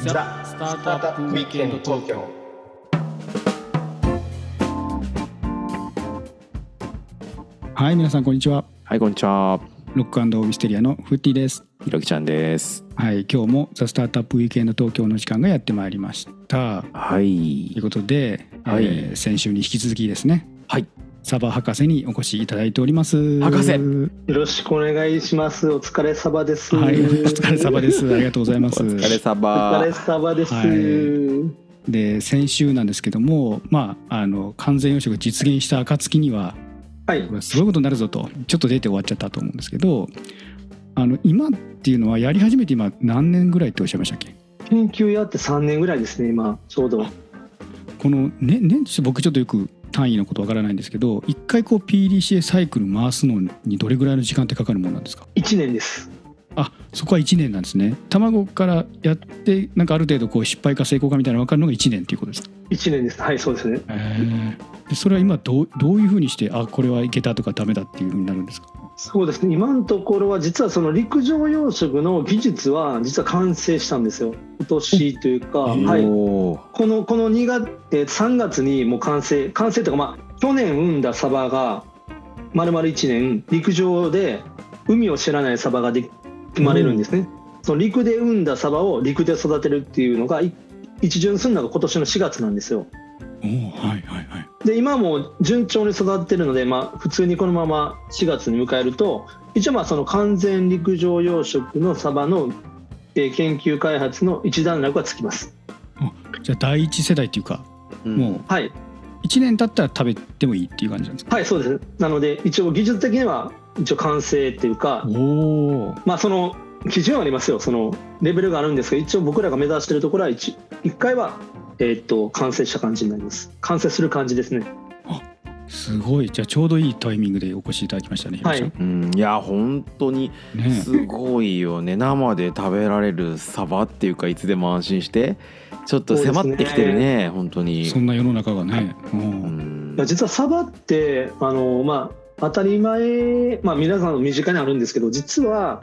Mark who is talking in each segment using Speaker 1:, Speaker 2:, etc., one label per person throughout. Speaker 1: ザ・スタートアップウィークエンド東京
Speaker 2: はい皆さんこんにちは
Speaker 3: はい、こんにちは。
Speaker 2: ロックオブミステリアのフッティです
Speaker 3: ひろきちゃんです。
Speaker 2: はい今日もザ・スタートアップウィークエンド東京の時間がやってまいりました
Speaker 3: はい
Speaker 2: という。ことで、
Speaker 3: はい
Speaker 2: えー先週に引き続きですね
Speaker 3: はい
Speaker 2: サバ博士にお越しいただいております
Speaker 3: 博士
Speaker 1: よろしくお願いしますお疲れ様です
Speaker 2: はい、お疲れ様です。ありがとうございます。
Speaker 3: お疲れ
Speaker 1: お疲れ
Speaker 3: 様。
Speaker 1: 様です、
Speaker 2: はいで、先週なんですけども、まあ、あの完全養殖実現した暁には、
Speaker 1: はい
Speaker 2: これすごいことになるぞと、ちょっと出て終わっちゃったと思うんですけど、あの今っていうのはやり始めて今何年ぐらいっておっしゃいましたっけ？
Speaker 1: 研究やって3年ぐらいですね今ちょうど
Speaker 2: このね年として僕ちょっとよく単位のことわからないんですけど、一回こう PDCA サイクル回すのにどれぐらいの時間ってかかるものなんですか？
Speaker 1: 1年です
Speaker 2: あそこは1年なんですね卵からやってなんかある程度こう失敗か成功かみたいなの分かるのが1年っていうことですか
Speaker 1: 1年ですはいそうですね
Speaker 2: でそれは今どうどういうふうにしてあこれはいけたとかダメだっていうふうになるんですか
Speaker 1: そうですね今のところは実はその陸上養殖の技術は実は完成したんですよ今年というか、はい、
Speaker 3: おー
Speaker 1: このこの2月えー3月にもう完成完成というか、まあ、去年産んだサバが丸々1年陸上で海を知らないサバがで生まれるんですね、その陸で産んだサバを陸で育てるっていうのがい一巡するのが今年の4月なんですよ
Speaker 2: おはいはいはい
Speaker 1: で今も順調に育ってるので、まあ、普通にこのまま4月に迎えると一応まあその完全陸上養殖のサバのえー研究開発の一段落はつきます
Speaker 2: じゃあ第一世代っていうか、もう
Speaker 1: はい
Speaker 2: 1年経ったら食べてもいいっていう感じなんですか
Speaker 1: はいそうですなので一応技術的には一応完成っていうか、
Speaker 2: おお
Speaker 1: まあその基準はありますよそのレベルがあるんですが一応僕らが目指してるところは 1, 回は、えーっと完成した感じになります完成する感じですね
Speaker 2: すごいじゃあちょうどいいタイミングでお越しいただきましたね、
Speaker 1: はい
Speaker 2: ひろき
Speaker 3: うん、いや本当に
Speaker 2: さんね
Speaker 3: すごいよね生で食べられるサバっていうかいつでも安心してちょっと迫ってきてる
Speaker 1: そう
Speaker 3: ね本当に
Speaker 2: そんな世の中がね、うん
Speaker 3: うん
Speaker 1: いや実はサバってあのまあ当たり前、まあ、皆さんの身近にあるんですけど実は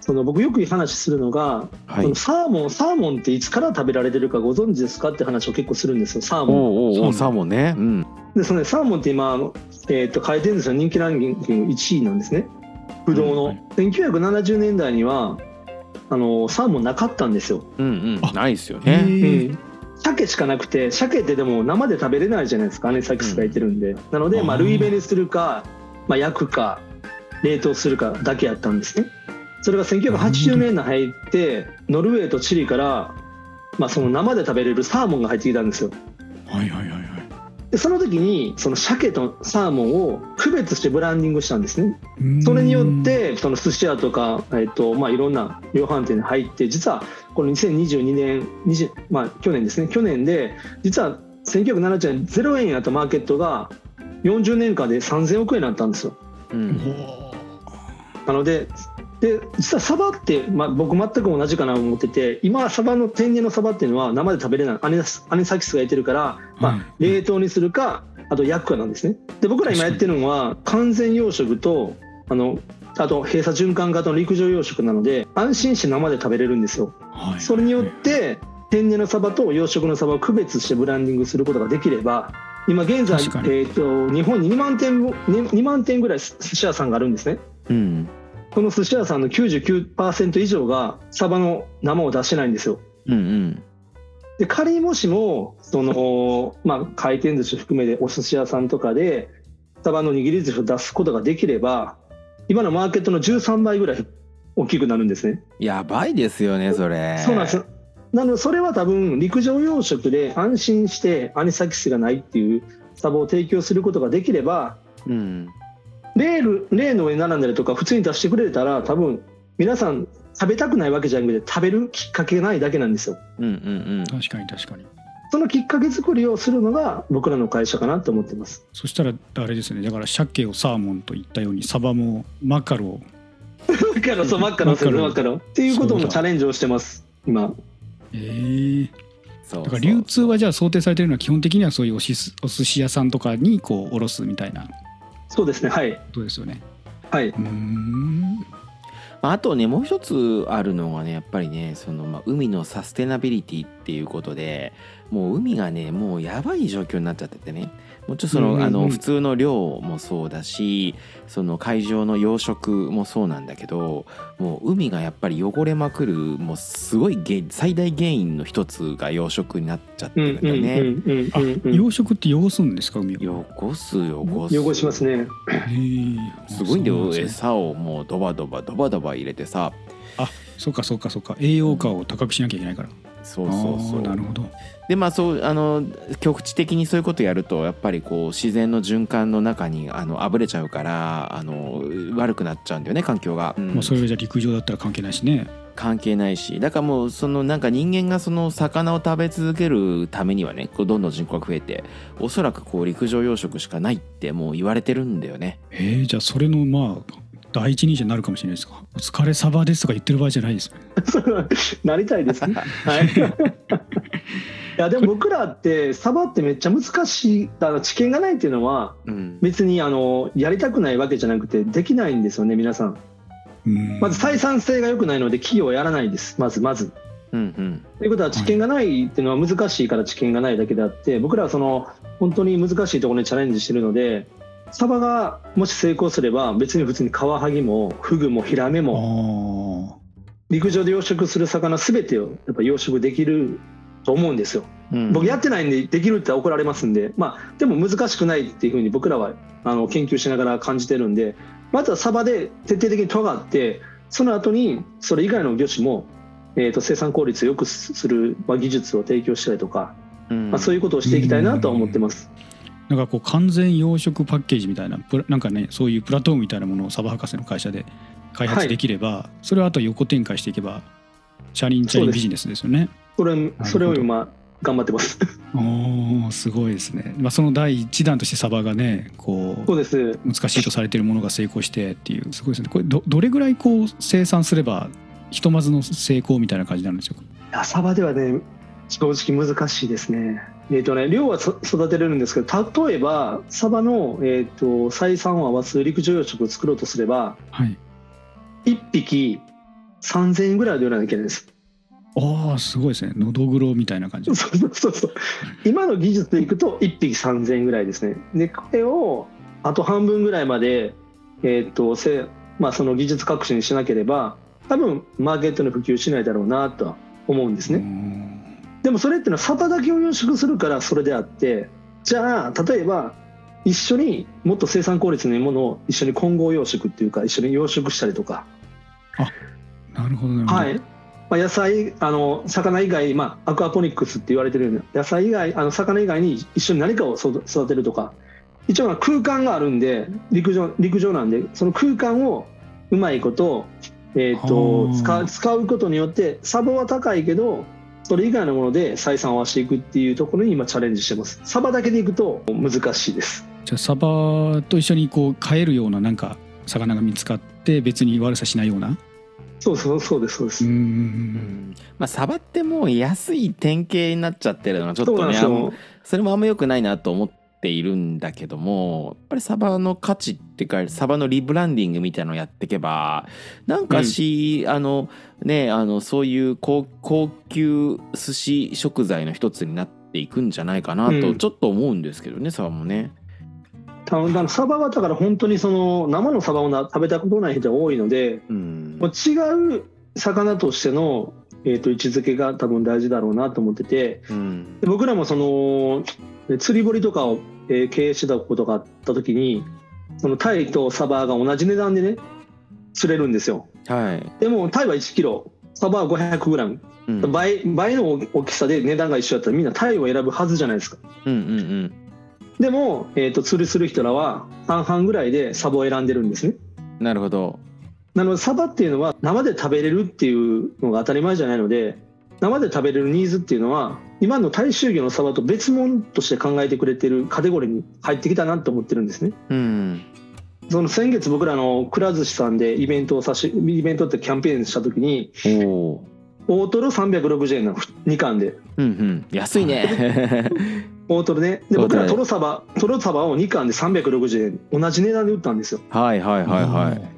Speaker 1: その僕よく話するのが、
Speaker 3: はい
Speaker 1: そのサーモンサーモンっていつから食べられてるかご存知ですかって話を結構するんですよサーモン
Speaker 3: おうおうおう
Speaker 2: サ
Speaker 3: サ
Speaker 2: ー
Speaker 3: ーモンねうん
Speaker 1: でそのねサーモンって今、あのえー、と回転寿司の人気ランキング1位なんですね不動の、
Speaker 2: うんはい
Speaker 1: 1970年代にはあのサーモンなかったんですよ、
Speaker 3: うんう
Speaker 2: あ
Speaker 3: んないっすよ
Speaker 2: え
Speaker 3: ね
Speaker 2: ー
Speaker 1: うん鮭しかなくて鮭ってでも生で食べれないじゃないですかアニサキスがいてるんで、なので、まあ、
Speaker 2: あー
Speaker 1: ルイベにするか、まあ、焼くか冷凍するかだけやったんですねそれが1980年代入ってノルウェーとチリから、まあ、その生で食べれるサーモンが入ってきたんですよ
Speaker 2: はいはいはいはい
Speaker 1: でその時にその鮭とサーモンを区別してブランディングしたんですね
Speaker 2: うん
Speaker 1: それによってその寿司屋とか、えっとまあ、いろんな量販店に入って実はこの2022年20、まあ、去年ですね去年で実は1970年0円やったマーケットが40年間で3000億円になったんですよ
Speaker 3: うん
Speaker 2: おー
Speaker 1: なのでで実はサバって、まあ、僕全く同じかなと思ってて今サバの天然のサバっていうのは生で食べれないアネアネサキスがいてるから、まあ
Speaker 2: はい
Speaker 1: 冷凍にするかあと焼くかなんですねで僕ら今やってるのは完全養殖とあのあと閉鎖循環型の陸上養殖なので安心して生で食べれるんですよ
Speaker 2: はい
Speaker 1: それによって天然のサバと養殖のサバを区別してブランディングすることができれば今現在、え
Speaker 2: 確かに
Speaker 1: ー、と日本に2万店もね2万店ぐらい寿司屋さんがあるんですね
Speaker 3: うん
Speaker 1: この寿司屋さんの99%以上がサバの生を出してないんですよ
Speaker 3: うんうん
Speaker 1: で仮にもしもその、まあ、回転寿司含めてお寿司屋さんとかでサバの握り寿司を出すことができれば今のマーケットの13倍ぐらい大きくなるんですね。
Speaker 3: やばいですよねそれ
Speaker 1: そうなんですよなのでそれは多分陸上養殖で安心してアニサキスがないっていうサバを提供することができれば
Speaker 3: うん
Speaker 1: レールレーンの上に並んだりとか普通に出してくれたら多分皆さん食べたくないわけじゃなくて食べるきっかけがないだけなんですよ。
Speaker 3: うんうん
Speaker 2: 確かに確かに
Speaker 1: そのきっかけ作りをするのが僕らの会社かなと思ってます。
Speaker 2: そしたらあれですねだから鮭をサーモンと言ったようにサバもマカロを
Speaker 1: マカロンそうマカロンそう
Speaker 2: マ
Speaker 1: マ
Speaker 2: カ
Speaker 1: カロンっていうこと
Speaker 2: そう
Speaker 1: も
Speaker 2: だ
Speaker 1: チャレンジをしてます今
Speaker 2: えー、
Speaker 3: そう
Speaker 2: だから流通はじゃあ想定されてるのは基本的にはそういうおしすお寿司屋さんとかにこう卸すみたいなこ
Speaker 1: そうですねはい
Speaker 2: とですよね
Speaker 1: はいう
Speaker 2: ーん
Speaker 3: あとねもう一つあるのがねやっぱりねその、まあ、海のサステナビリティっていうことでもう海がねもうやばい状況になっちゃっててねもちろんその,、
Speaker 1: うんうんうん
Speaker 3: あの普通の漁もそうだしその海上の養殖もそうなんだけどもう海がやっぱり汚れまくるもうすごい原因最大原因の一つが養殖になっちゃって
Speaker 1: う
Speaker 3: るん
Speaker 1: んう
Speaker 3: だ
Speaker 1: ん
Speaker 3: よ
Speaker 1: うん
Speaker 3: ね。
Speaker 1: うんうんうん
Speaker 2: 養殖って汚すんですか海をへ
Speaker 3: 汚す汚す
Speaker 1: 汚しますね
Speaker 2: え
Speaker 3: すごいんだ
Speaker 2: そうな
Speaker 3: よ、
Speaker 2: ですね
Speaker 3: 餌をもうドバドバドバドバ入れてさ
Speaker 2: そうかそうかそうか栄養価を高くしなきゃいけないから
Speaker 3: そうそうそ
Speaker 2: あーな
Speaker 3: う
Speaker 2: るほど
Speaker 3: でまあそうあの局地的にそういうことやるとやっぱりこう自然の循環の中にあのあぶれちゃうからあの悪くなっちゃうんだよね環境が、うん
Speaker 2: まあそれはじゃあ陸上だったら関係ないしね
Speaker 3: 関係ないしだからもうそのなんか人間がその魚を食べ続けるためにはねこうどんどん人口が増えておそらくこう陸上養殖しかないってもう言われてるんだよね
Speaker 2: えー、じゃあそれのまあ第一人者になるかもしれないですかお疲れサバですとか言ってる場合じゃないですね
Speaker 1: なりた いですね。はい。いやでも僕らってサバってめっちゃ難しいあの知見がないっていうのは
Speaker 3: うん
Speaker 1: 別にあのやりたくないわけじゃなくてできないんですよね皆さん
Speaker 2: うん
Speaker 1: まず採算性が良くないので企業はやらないですまずまず
Speaker 3: うん
Speaker 1: ということは知見がないっていうのは難しいから知見がないだけであって僕らはその本当に難しいところにチャレンジしてるのでサバがもし成功すれば別に普通にカワハギもフグもヒラメ
Speaker 2: あ
Speaker 1: も
Speaker 2: ー
Speaker 1: 陸上で養殖する魚全てをやっぱ養殖できると思うんですよ
Speaker 3: うん
Speaker 1: 僕やってないんでできるって怒られますんで、まあ、でも難しくないっていうふうに僕らはあの研究しながら感じてるんでまずはサバで徹底的に尖ってその後にそれ以外の魚種も、えー、と生産効率を良くすする、まあ、技術を提供したりとか、
Speaker 3: うん
Speaker 1: まあ、そういうことをしていきたいなとは思ってます。
Speaker 2: なんかこう完全養殖パッケージみたいなプラなんかねそういうプラトーンみたいなものをサバ博士の会社で開発できれば、それをあと横展開していけばチャリンチャリンビジネスですよね。
Speaker 1: それ
Speaker 2: ほど
Speaker 1: それを今頑張ってます。
Speaker 2: おーすごいですね。まあ、その第一弾としてサバがねこ
Speaker 1: そう
Speaker 2: う
Speaker 1: です
Speaker 2: 難しいとされているものが成功してっていうすごいですね。これどどれぐらいこう生産すればひとまずの成功みたいな感じになるんでしょうか。
Speaker 1: いやサバではね正直難しいですね。えーとね、量はそ育てれるんですけど例えばサバの、えー、と採算を合わす陸上養殖を作ろうとすれば
Speaker 2: はい。
Speaker 1: 1匹3000円ぐらいで売らなきゃいけないです。
Speaker 2: ああすごいですね。のどぐろみたいな感じ
Speaker 1: そう。そうそうそう。今の技術でいくと1匹3000円ぐらいですね。で、これをあと半分ぐらいまで、えーっと、せまあ、その技術革新しなければ、多分マーケットに普及しないだろうなとは思うんですね。でもそれってのはサバだけを養殖するからそれであって、じゃあ、例えば、一緒にもっと生産効率のいいものを一緒に混合養殖っていうか一緒に養殖したりとか
Speaker 2: うーんなるほどなるほど。
Speaker 1: はい。まあ、野菜あの魚以外、まあ、アクアポニックスって言われてるような野菜以外あの魚以外に一緒に何かを育育てるとか一応まあ空間があるんで陸上陸上なんでその空間をうまいこと,、えー、
Speaker 2: は
Speaker 1: と
Speaker 2: あ
Speaker 1: 使う使うことによってサバは高いけどそれ以外のもので採算を合わせていくっていうところに今チャレンジしてますサバだけでいくと難しいです
Speaker 2: じゃあサバと一緒にこう飼えるようななんか魚が見つかって別に悪さしないような
Speaker 1: そうそうそうですそうで
Speaker 2: う
Speaker 1: す、
Speaker 2: んうん
Speaker 3: う
Speaker 2: うん
Speaker 3: んまあ、サバってもう安い典型になっちゃってるのがちょっ
Speaker 1: そうな
Speaker 3: と
Speaker 1: んで
Speaker 3: ね
Speaker 1: す
Speaker 3: あの
Speaker 1: よ
Speaker 3: それもあんま良くないなと思っているんだけどもやっぱりサバの価値っていうかサバのリブランディングみたいなのをやっていけばなんかし、あのねあのそういう高高級寿司食材の一つになっていくんじゃないかな
Speaker 1: う
Speaker 3: と
Speaker 1: ん
Speaker 3: ちょっと思うんですけどね、サバもね。
Speaker 1: あのだからサバはだから本当にその生のサバをな食べたことない人が多いので
Speaker 3: うん
Speaker 1: もう違う魚としての、えー、と位置づけが多分大事だろうなと思ってて
Speaker 3: うん
Speaker 1: で僕らもそのえ釣り堀とかを、えー経営してたことがあった時にそのタイとサバが同じ値段でね釣れるんですよ
Speaker 3: はい
Speaker 1: でもタイは1キロサバは5 0 0グラム
Speaker 3: うん
Speaker 1: 倍倍の大きさで値段が一緒だったらみんなタイを選ぶはずじゃないですか
Speaker 3: うんうん
Speaker 1: でも、えー、と釣りする人らは半々ぐらいでサバを選んでるんですね
Speaker 3: うんなるほど。
Speaker 1: なのでサバっていうのは生で食べれるっていうのが当たり前じゃないので生で食べれるニーズっていうのは今の大衆魚のサバと別物として考えてくれてるカテゴリーに入ってきたなと思ってるんですね。
Speaker 3: うん
Speaker 1: その先月僕らのくら寿司さんでイベントをさしイベントってキャンペーンした時に
Speaker 3: おお
Speaker 1: 大トロ360円なの2貫で
Speaker 3: うんうん安いね。
Speaker 1: 大トロねで
Speaker 3: そう
Speaker 1: 僕
Speaker 3: だね
Speaker 1: らトロサバトロサバを2貫で360円同じ値段で売ったんですよ
Speaker 3: はいはいはいはい。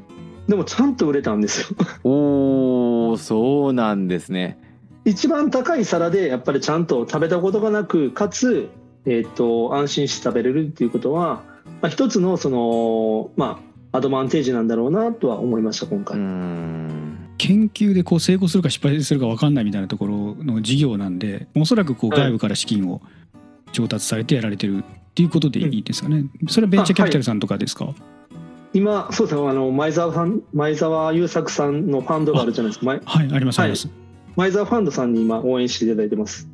Speaker 1: でもちゃんと売れたんですよ
Speaker 3: おおそうなんですね
Speaker 1: 一番高い皿でやっぱりちゃんと食べたことがなくかつ、えー、と安心して食べれるっていうことは、まあ、一つのそのまあアドバンテージなんだろうなとは思いました今
Speaker 3: う
Speaker 1: 回、
Speaker 3: ーん
Speaker 2: 研究でこう成功するか失敗するか分かんないみたいなところの事業なんでおそらくこう
Speaker 1: はい
Speaker 2: 外部から資金を調達されてやられてるっていうことでいいですかね、それはベンチャーキャピタルさんとかですか、
Speaker 1: 今そうですねあの前澤さん前澤友作さんのファンドがあるじゃないですか前
Speaker 2: はい、ありますあ
Speaker 1: はい
Speaker 2: ります、
Speaker 1: 前澤ファンドさんに今応援していただいてます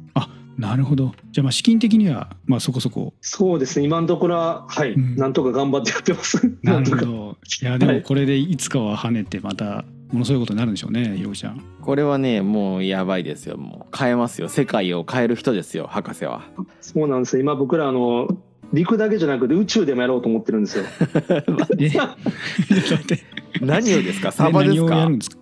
Speaker 2: なるほどじゃあまあ資金的にはまあそこそこ
Speaker 1: そうですね今のところははい、
Speaker 2: うん
Speaker 1: なんとか頑張ってやってます
Speaker 2: なる
Speaker 1: と
Speaker 2: ほ
Speaker 1: か
Speaker 2: どいやで
Speaker 1: は
Speaker 2: も
Speaker 1: い
Speaker 2: これでいつかは跳ねてまたものすごいことになるんでしょうねひろき ちゃん
Speaker 3: これはねもうやばいですよもう変えますよ世界を変える人ですよ博 士は
Speaker 1: そうなんですよ今僕らあの陸だけじゃなくて宇宙でもやろうと思ってるんですよ
Speaker 2: え ちょっと待って
Speaker 3: 何をですかサバです
Speaker 2: 何をや
Speaker 3: か
Speaker 2: るんですか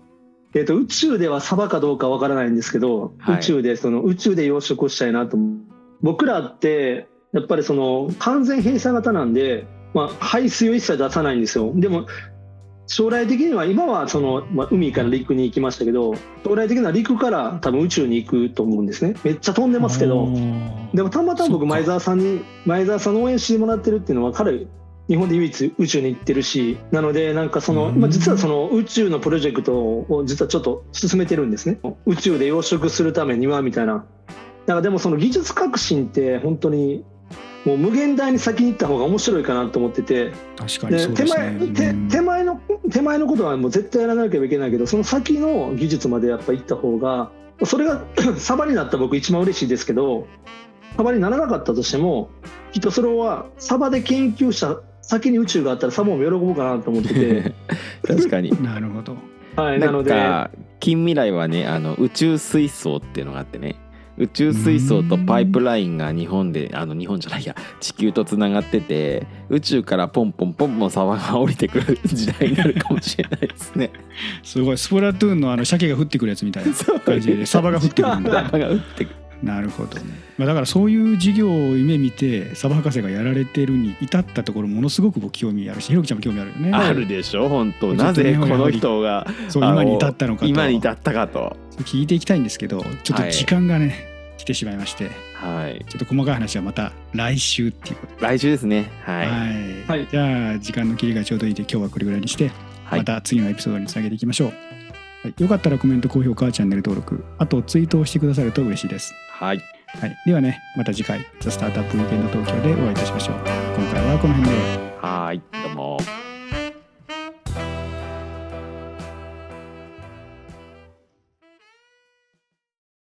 Speaker 1: えっと宇宙ではサバかどうかわからないんですけど、
Speaker 3: はい
Speaker 1: 宇宙でその宇宙で養殖をしたいなと思う僕らってやっぱりその完全閉鎖型なんで、まあ、排水を一切出さないんですよでも将来的には今はその、まあ、海から陸に行きましたけど将来的には陸から多分宇宙に行くと思うんですねめっちゃ飛んでますけど
Speaker 2: おー
Speaker 1: でもたまたま
Speaker 2: そ
Speaker 1: 僕
Speaker 2: っか
Speaker 1: 前澤さんに前澤さんの応援してもらってるっていうのは彼日本で唯一宇宙に行ってるしなのでなんかその
Speaker 2: うん
Speaker 1: 今実はその宇宙のプロジェクトを実はちょっと進めてるんですね宇宙で養殖するためにはみたいなだからでもその技術革新って本当にもう無限大に先に行った方が面白いかなと思ってて
Speaker 2: 確かに
Speaker 1: で
Speaker 2: そう
Speaker 1: 手
Speaker 2: です
Speaker 1: 前
Speaker 2: ね
Speaker 1: 手
Speaker 2: うん
Speaker 1: 手前の手前のことはもう絶対やらなければいけないけどその先の技術までやっぱ行った方がそれが サバになった僕一番嬉しいですけどサバにならなかったとしてもきっとそれはサバで研究した先に宇宙があったらサバも喜ぶかなと思って て、
Speaker 3: 確かに
Speaker 2: なるほど
Speaker 1: はい、な
Speaker 3: な
Speaker 1: の
Speaker 3: ん
Speaker 1: で
Speaker 3: か近未来はねあの宇宙水槽っていうのがあってね宇宙水槽とパイプラインが日本であの日本じゃないや地球とつながってて宇宙からポンポンポンポン沢が降りてくる時代になるかもしれないです ね。
Speaker 2: すごいスプラトゥーンのあの鮭が降ってくるやつみたいな
Speaker 3: そう
Speaker 2: 感じでサバが降ってくるんだ
Speaker 3: サバが降ってくる
Speaker 2: なるほどね、まあ、だからそういう事業を夢見てサバ博士がやられてるに至ったところものすごく僕興味あるしひろきちゃんも興味あるよね
Speaker 3: あるでしょ本当
Speaker 2: ちょ
Speaker 3: な
Speaker 2: っとね
Speaker 3: ぜこの人が
Speaker 2: そう
Speaker 3: あの
Speaker 2: 今に至ったのかと
Speaker 3: 今に至ったかと。
Speaker 2: 聞いていきたいんですけどちょっと時間がね、来てしまいまして
Speaker 3: はい
Speaker 2: ちょっと細かい話はまた来週っていうことで
Speaker 3: 来週ですね。は
Speaker 2: は
Speaker 3: い。
Speaker 2: い
Speaker 1: はい
Speaker 2: じゃあ時間の切りがちょうどいいで今日はこれぐらいにして
Speaker 3: はい
Speaker 2: また次のエピソードにつなげていきましょう、はい、よかったらコメント高評価チャンネル登録あとツイートをしてくださると嬉しいです
Speaker 3: はい
Speaker 2: はい、ではねまた次回「ザ・スタートアップ・ウィーケンド東京」でお会いいたしましょう今回はこの辺で
Speaker 3: はいどうも。